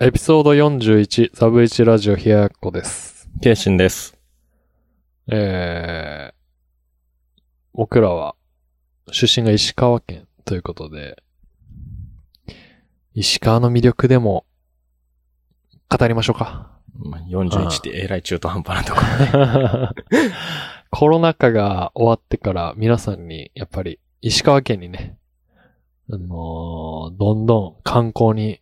エピソード41、サブイチラジオ冷ややっこです。ケイシンです。えー、僕らは、出身が石川県ということで、石川の魅力でも、語りましょうか。まあ41ってえらい中途半端なところ。コロナ禍が終わってから皆さんに、やっぱり石川県にね、あのーどんどん観光に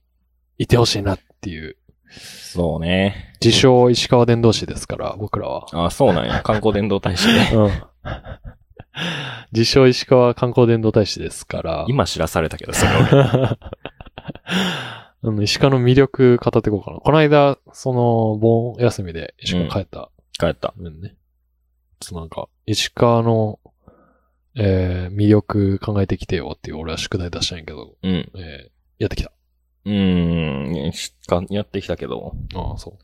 いてほしいなっていう、 そうね。自称石川伝道師ですから、僕らは。あ、そう なんや。観光伝道大使ね。うん。自称石川観光伝道大使ですから、 今知らされたけど、それ俺あの石川の魅力語っていこうかな。この間、その、盆休みで石川帰った帰った。うんね。ちょっとなんか、石川の、えー、魅力考えてきてよっていう俺は宿題出したんやけど、うん。えー、やってきた。うーん。しかやってきたけど。ああ、そ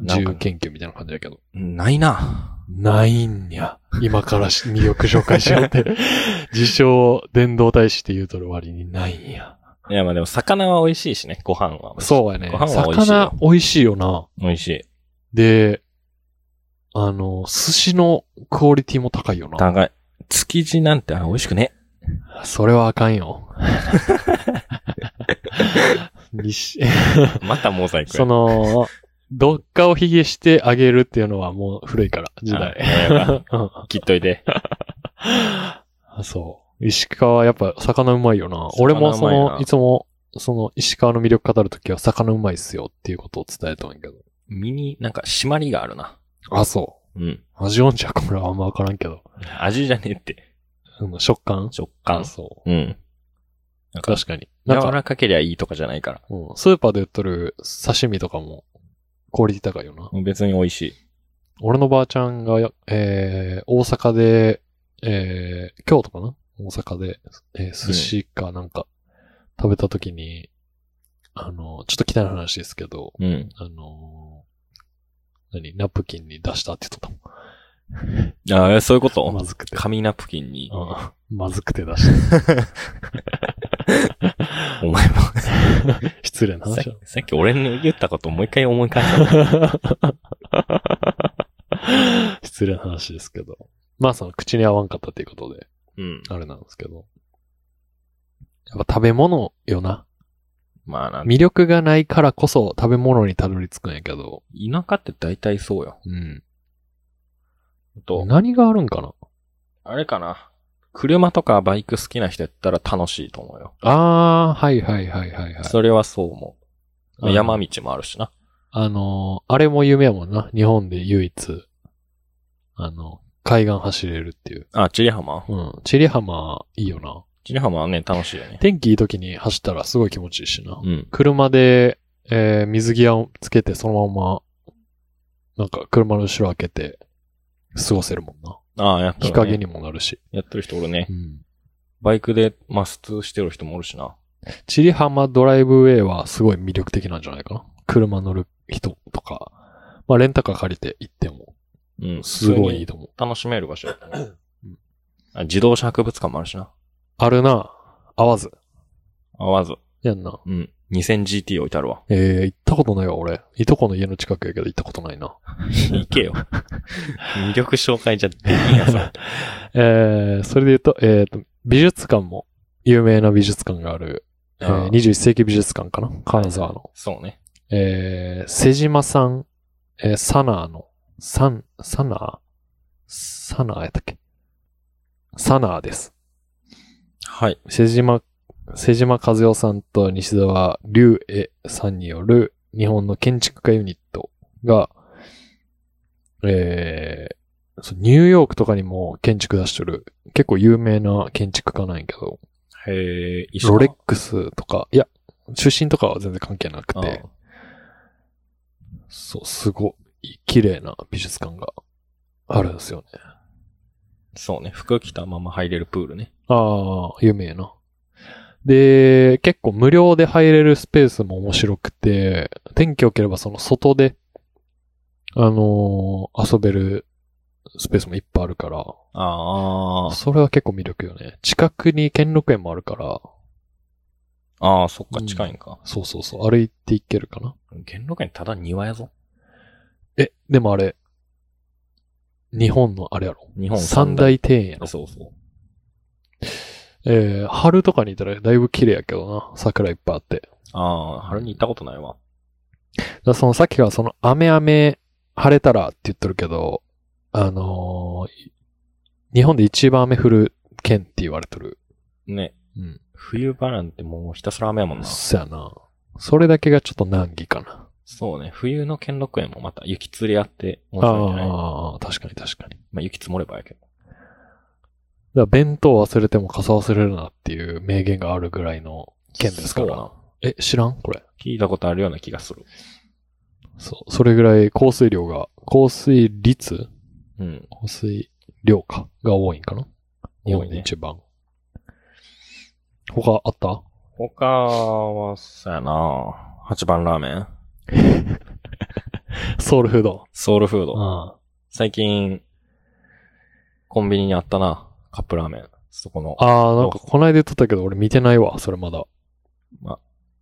う。な自んか由研究みたいな感じだけど。ないな。ないんや。今からし魅力紹介しよう って。自称、伝道大使って言うとる割にないんや。いや、まあでも、魚は美味しいしね。ご飯は。そうやねご。飯は美味しい魚よ。美味しいよな。美味しい。で、あの、寿司のクオリティも高いよな。高い。築地なんて、あ、美味しくね。 それはあかん よ。西またモザイクや。その、どっかを卑下してあげるっていうのはもう古いから、時代。あ。やばい うん切っといて。あ そう。石川やっぱ魚うまいよな。俺もそ魚うまいの、ないつも、その石川の魅力語るときは魚うまいっすよっていうことを伝えたんやけど。身になんか締まりがあるな。あ、そうん。う。味音じゃこれはあんまわからんけど。味じゃねえって。うん食感食あ、感。そう。うん。なんか、確かに。なん柔からかけりゃいいとかじゃないから。うん、スーパーで売っとる刺身とかもクオリティ高いよな。別に美味しい。俺のばあちゃんがや、えー、大阪で、えー、京都かな大阪で、えー、寿司かなんか食べた時に、あの、ちょっと汚い話ですけど、うん。あのー何ナプキンに出したって言っとったああ、そういうこもん。まとずくて。紙ナプキンに、うん、まずくて出した。お前も失礼なさ話だっき、さっき俺の言ったこともう一回思い返したの。失礼な話ですけど。まあその口に合わんかったっていうことで、うん。あれなんですけど。やっぱ食べ物よな。まあなんか、魅力がないからこそ食べ物にたどり着くんやけど。田舎って大体そうよ。うん。と、何があるんかなあれかな。車とかバイク好きな人やったら楽しいと思うよ。あー、はいはいはいはいはい。それはそう思うう。ん山道もあるしな。あのー、あれも夢やもんな。日本で唯一、あの、海岸走れるっていう。あ、チリ浜うん。チリ浜いいよな。チリ浜はね、楽しいよね。天気いい時に走ったらすごい気持ちいいしな。うん。車で、えー水際をつけてそのまま、なんか車の後ろ開けて過ごせるもんな。ああ、やっと日る、ね。陰にもなるし。やってる人おるねう。ん。バイクでマス通してる人もおるしな。チリ浜ドライブウェイはすごい魅力的なんじゃないかな。車乗る人とか、まあレンタカー借りて行っても、うん。すごいいいと思う。楽しめる場所やったねうんあ自動車博物館もあるしな。あるな。合わず。合わず。やんな。うん。2000GT 置いてあ るわ。えー、行ったことないわ、俺。いとこの家の近くやけど行ったことないな。行けよ。魅力紹介じゃできんやつ。 えー、それで言うと、えーと、美術館も、有名な美術館がある、えー あー21世紀美術館かな金沢の。そうね。えー、瀬島さん、えー、サナーの、サン、サナーサナーやったっけサナーです。はい。瀬島、瀬島和代さんと西澤龍恵さんによる日本の建築家ユニットが、えーそうニューヨークとかにも建築出してる、結構有名な建築家なんやけど、へえ、一ロレックスとか、いや、出身とかは全然関係なくて、そう、すごい綺麗な美術館があるんですよね。そうね。服着たまま入れるプールね。ああ、有名な。で、結構無料で入れるスペースも面白くて、天気良ければその外で、あのー遊べるスペースもいっぱいあるから、あーそれは結構魅力よね。近くに兼六園もあるから、ああ、そっか、うん近いんか。そうそうそう。歩いていけるかな。元禄園ただ庭やぞ。え、でもあれ、日本のあれやろ。日本三大庭園やろ。そうそう。えー、春とかにいたらだいぶ綺麗やけどな。桜いっぱいあって。ああ、春に行ったことないわ。だからそのさっきからその雨雨晴れたらって言ってるけど、あのーい日本で一番雨降る県って言われてる。ね。うん。冬場なんてもうひたすら雨やもんな。そやな。それだけがちょっと難儀かな。そうね。冬の兼六園もまた雪釣り合って面白いんじゃないああ、確かに確かに。だかまあ雪積もればやけど。ら弁当忘れても傘忘れるなっていう名言があるぐらいの県ですかそうら。なえ、知らんこれ。聞いたことあるような気がする。そう。それぐらい降水量が、降水率うん。降水量か。が多いんかな日多い本でね。一番。他あった他は、さやな八番ラーメンソウルフード。ソウルフード。あ最近、コンビニにあったな。カップラーメン。そこの。あ、なんかこないで言っとったけど俺見てないわ、それまだ。や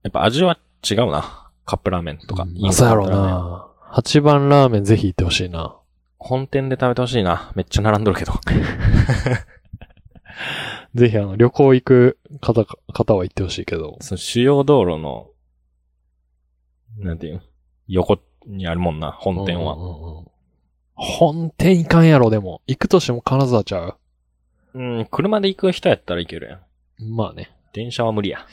っぱ味は違うな。カップラーメンとか。あそうやろうインスタントラーメンな。8番ラーメンぜひ行ってほしいな。本店で食べてほしいな。めっちゃ並んどるけど。ぜひあの、旅行行く方か、方は行ってほしいけど。その主要道路の、なんていうの横にあるもんな、本店うは。んうんうん本店行かんやろ、でも。行くとしても金沢ちゃううん、車で行く人やったらいけるやん。まあね。電車は無理や。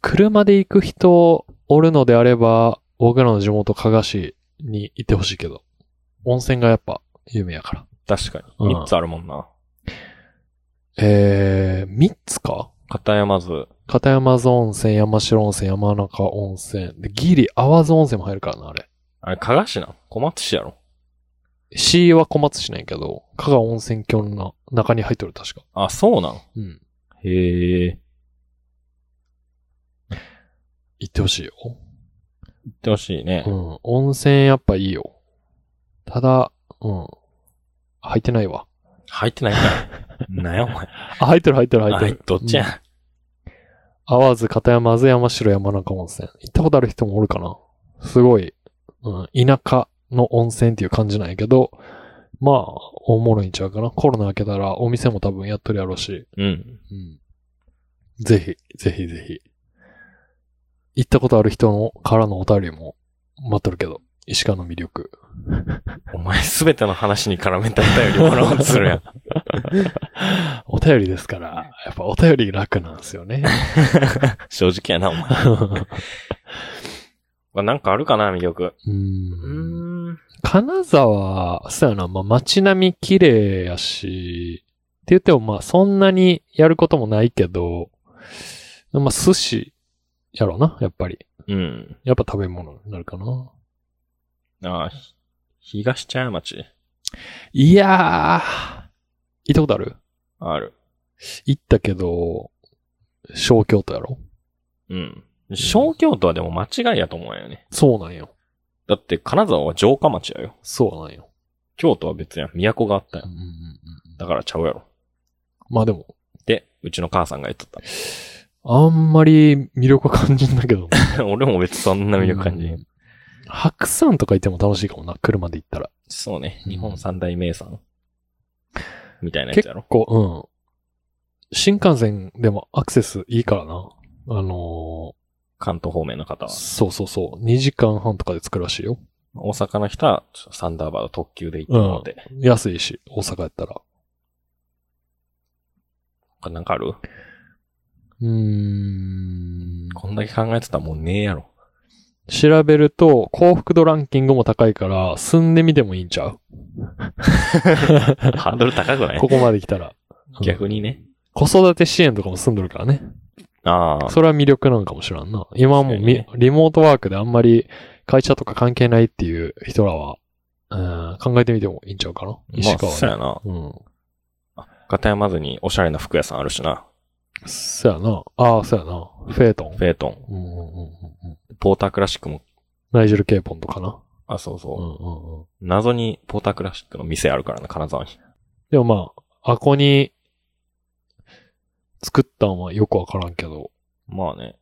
車で行く人、おるのであれば、僕らの地元、加賀市に行ってほしいけど。温泉がやっぱ、有名やから。確かうんに。三つあるもんな。えー、3つか片山津。片山津温泉、山城温泉、山中温泉。で、ギリ、淡津温泉も入るからな、あれ。あれ、加賀市な。小松市やろ。 C は小松市なんやけど、加賀温泉郷の中に入っとる、確か。あ、そうなん。うん。へえ。行ってほしいよ。行ってほしいねう。ん。温泉やっぱいいよ。ただ、うん。入ってないわ。入 ってないから。なんやお前。あ、入ってる入ってる入ってある。いどっちやうん。淡津、片山、津山城、山中温泉。行ったことある人もおるかな。すごい、うん、田舎の温泉っていう感じなんやけど、まあ、おもろいんちゃうかな。コロナ明けたらお店も多分やっとるやろうし。うん。うん。ぜひ、ぜひぜひ。行ったことある人のからのお便りも待っとるけど、石川の魅力。お前すべての話に絡めたいよりもらおうとするやん。 お便りですから、やっぱお便り楽なんですよね。 正直やな、お前。まあなんかあるかな、魅力。 う。うんん。金沢、そうやな、まあ、街並み綺麗やし、って言ってもまあそんなにやることもないけど、まあ寿司やろな、やっぱり。うん。やっぱ食べ物になるかな。ああ、ひ東茶屋町。いやー、行ったことあるある。行ったけど、小京都やろうん。小京都はでも間違いやと思うんよね。そうなんよ。だって金沢は城下町やよ。そうなんよ。京都は別やん。都があったや。うんんうんうんだからちゃうやろ。まあでも、で、うちの母さんが言っとっあんまり魅力は感じんだけどね。た。 俺も別にそんな魅力感じん。うん白山とか行っても楽しいかもな、車で行ったら。そうね。うん日本三大名産。みたいなやつ結やろ。構、うん。新幹線でもアクセスいいからな。あの関東方面の方ーは。そうそうそう。2時間半とかで着くらしいよ。大阪の人は、サンダーバード特急で行ってもらって。安いし、大阪やったら。他なんかあるうーん。こんだけ考えてたらもうねえやろ。 調べると、幸福度ランキングも高いから、住んでみてもいいんちゃうハードル高くないここまで来たら。 逆にね。子育て支援とかも住んどるからね。ああ。それは魅力なのかもしらんな。今はもうみ確リモートワークであんまり会社とか関係ないっていう人らは、うん、考えてみてもいいんちゃうかな。石まあ、川そうね。やな。うん。片山津におしゃれな服屋さんあるしな。そやな。ああ、そやな。フェイトン。フェイトン。うんうんうんうんうんポータークラシックも、ナイジェル・ケーポンとかな。あ、そうそうう。んうんうん。謎にポータークラシックの店あるからな、金沢に。でもまあ、アコに作ったんはよくわからんけど、まあね。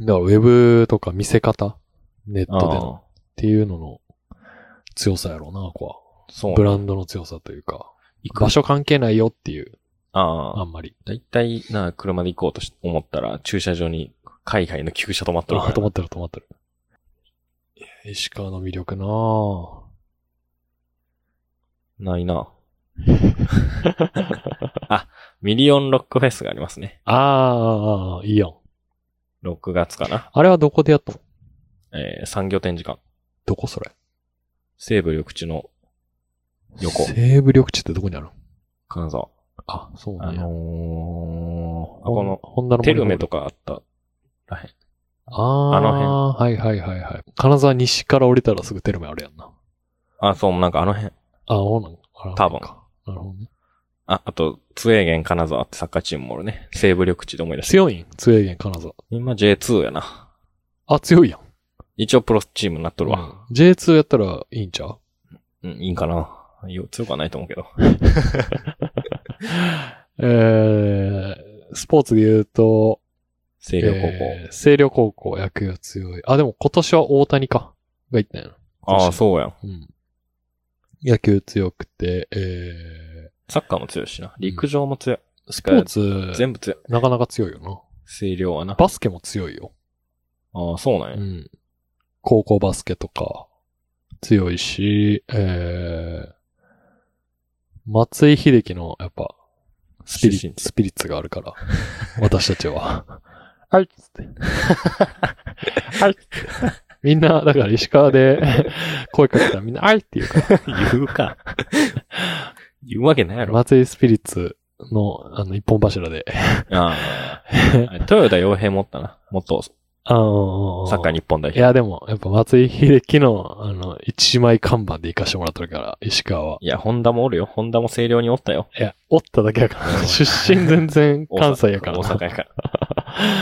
だからウェブとか見せ方ネットでのああっていうのの強さやろうな、ここそうは。ブランドの強さというか、行く場所関係ないよっていう、あああ。んまり。だいたいな、車で行こうとし思ったら、駐車場に海外の旧車止まっとるかあ、ら。止まってる止まってる。石川の魅力なぁ。ないな。 あ、ミリオンロックフェスがありますね。あー、いいやん。 6月かな。あれはどこでやったのえー産業展示館。どこそれ西部緑地の横、西部緑地ってどこにあるの金沢。あ、そうなあんや。のー、あ、この、ホンダのテルメとかあったらへん。ああの辺の辺。はいはいはいはい。金沢西から降りたらすぐテルメあるやんな。あ、そう、なんかあの辺。あ、そうなのあ多分かなるほどね。あ、あと、ツウェーゲン金沢ってサッカーチームもおるね。西部緑地で思い出して。強いんツエゲン金沢。今 J2 やな。あ、強いやん。一応プロチームになっとるわ。うん J2 やったらいいんちゃううん、いいんかな。いや強くはないと思うけど。えー、スポーツで言うと、星稜高校。えー星稜高校、野球は強い。あ、でも今年は大谷か。が行ったんやな。ああ、そうやん。うん。野球強くて、えサッカーも強いしな。陸上も強い。ー、スポーツ、全部強い。なかなか強いよな。星稜はな。バスケも強いよ。ああ、そうなんや。うん。高校バスケとか、強いし、えー、松井秀喜の、やっぱ、スピ出リ身、地スピリッツがあるから、私たちは。 はいっつ って。はいっつって。みんな、だから石川で 声かけたらみんな、はいって言うか言うか。言うわけないやら、 ろ。松井スピリッツの、あの、一本柱で。 ああ。豊田洋平持ったな。元あサッカーに。日本代い表。や、でも、やっぱ松井秀喜の、あの、一枚看板で行かしてもらってるから、石川は。いや、ホンダもおるよ。ホンダも星稜におったよ。いや、おっただけやから。出身全然大阪関西やから大な。阪やか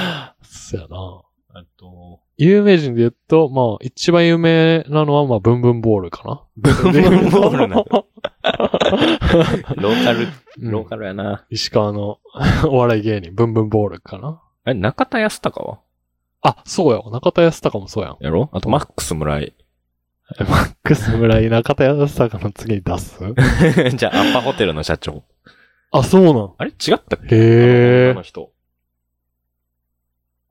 ら。 そうやな。あと、有名人で言うと、まあ、一番有名なのは、まあ、ブンブンボールかブな。ンブンボールな。ローカル、うんローカルやな。石川の お笑い芸人、ブンブンボールかな。え、中田康隆はあ、そうやわ。中田康隆もそうやん。やろあと、マックス村井。 マックス村井、中田康隆の次に出すじゃあ、アッパホテルの社長。あ、そうなん。あれ違ったっけへあーの人。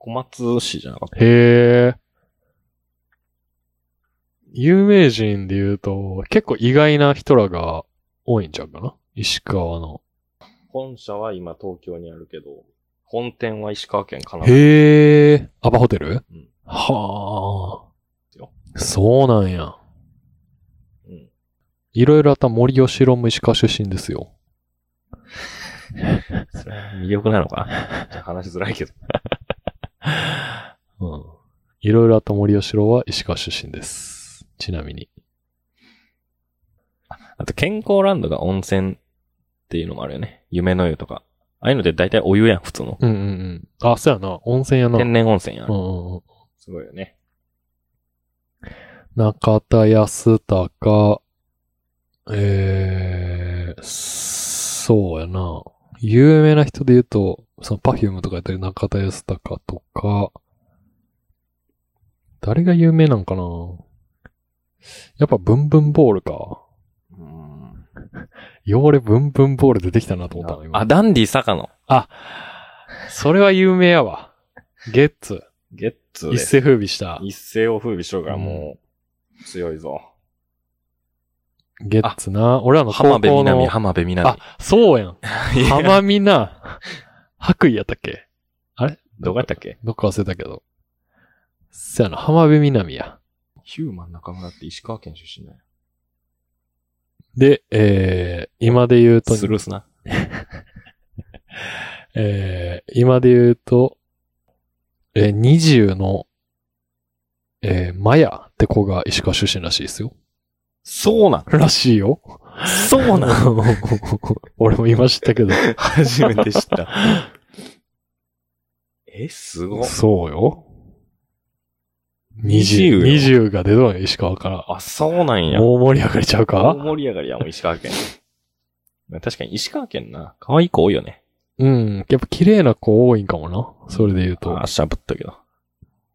小松市じゃなかった。へえ。有名人で言うと、結構意外な人らが多いんちゃうかな石川の。本社は今東京にあるけど、本店は石川県かな。へえ。アパホテルうんはよあ。そうなんや。うん。いろいろあった森吉郎も石川出身ですよ。それは魅力なのかちょっと話しづらい けど。うん。いろいろあった森吉郎は石川出身です。ちなみに。あと、健康ランドが温泉っていうのもあるよね。夢の湯とか。ああいうので大体お湯やん、普通の。うんうんうん。あ、そうやな。温泉やな。う天ん然温泉やん。うんうん。すごいよね。中田康隆、えー、そうやな。有名な人で言うと、そのパフュームとかやったり中田康隆とか、誰が有名なんかなやっぱブンブンボールか。うん。汚れブンブンボール出てきたなと思ったの、今。あ、ダンディ坂野。あ、それは有名やわ。ゲッツ。ゲッツ一。世風靡した。一世を風靡しようがもう、強いぞ。ゲッツな。俺らの浜高辺校南、の。浜辺南あ。、そうやん。いや浜みな、白衣やったっけどこやったっけどっか忘れたけど。そやな、浜辺美波や。ヒューマン中村って石川県出身だよ。で、えー、今で言うと、スルースな。えー、今で言うと、えー、20の、えー、マヤって子が石川出身らしいですよ。そうなん。らしいよ。そうなん。俺も今知ったけど。 初めて知った。 え、すごい。そうよ。 20 20、よ20が出たのよ、石川かあ、そうなんら。や。もう盛り上がれちゃうか大盛り上がりやもう石川県。確かに石川県な、可愛い子多いよね。うん。やっぱ綺麗な子多いんかもな。それで言うと。あ、しゃぶったけど。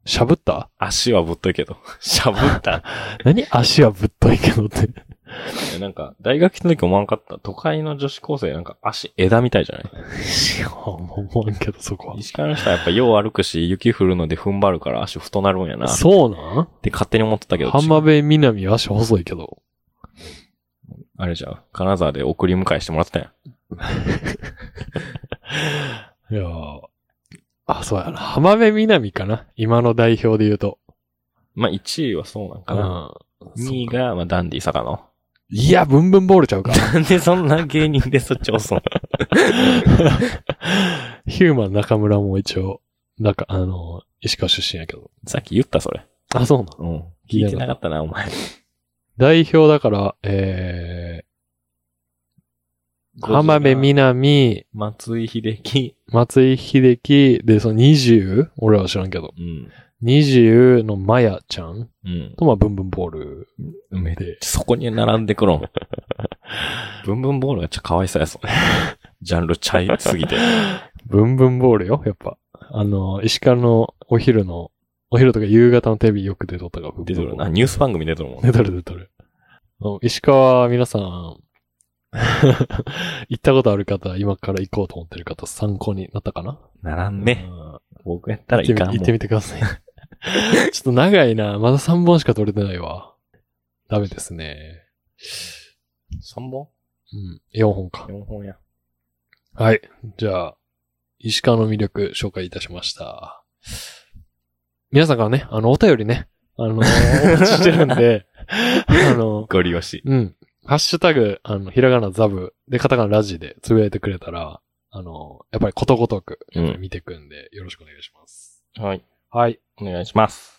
しゃぶった足はぶっといけど。 しゃぶった。何足はぶっといけどって。えなんか、大学の時思わんかった。都会の女子高生なんか足枝みたいじゃないいや、もう思わんけど、そこ石川の人はやっぱよう歩くし、雪降るので踏ん張るから足太なるんやな。は。っそうなんて勝手に思ってたけど、浜辺南は足細いけど。あれじゃん。金沢で送り迎えしてもらってたやん。いやーあ、そうやな。浜辺南かな今の代表で言うと。まあ、1位はそうなんかうな。ん2位そうかが、まあ、ダンディ坂野。 いや、ブンブンボールちゃうか。 なんでそんな芸人でそっち押すのヒューマン中村も一応、なんか、あの、石川出身やけど。 さっき言ったそれ。あ、そうなのうん。聞いてなかったな、お前。代表だから、えー、浜辺み南、松井秀喜。松井秀喜、で、その 20? 俺らは知らんけど。うん。 20のマヤちゃんうん。と、まあ、ブンブンボールめっちで。ゃそこに並んでくるん。 ブンブンボールがちょっとかわいそうやそう。 ジャンルちゃいす ぎて。ブンブンボールよ、やっぱ。あの、石川のお昼の、お昼とか夕方のテレビよく出とったから、ブンブ出ンてボーるルな。ニュース番組出てるもん。出とる出とる。あの石川は皆さん、 行ったことある方、今から行こうと思ってる方、参考になったかな並んで。うん僕やったらい行っていみかんもん。行ってみてください。 ちょっと長いな。まだ3本しか取れてないわ。ダメですね。 3本うん。4本か。 ?4 本や。はい。じゃあ、石川の魅力紹介いたしました。皆さんからね、あの、お便りね、あの、お待ちしてるん で、あの、ゴリ押し。うん。ハッシュタグ、あの、ひらがなザブで、カタカナラジでつぶやいてくれたら、あの、やっぱりことごとく、うん見てくんで、よろしくお願いします。はい。はい。お願いします。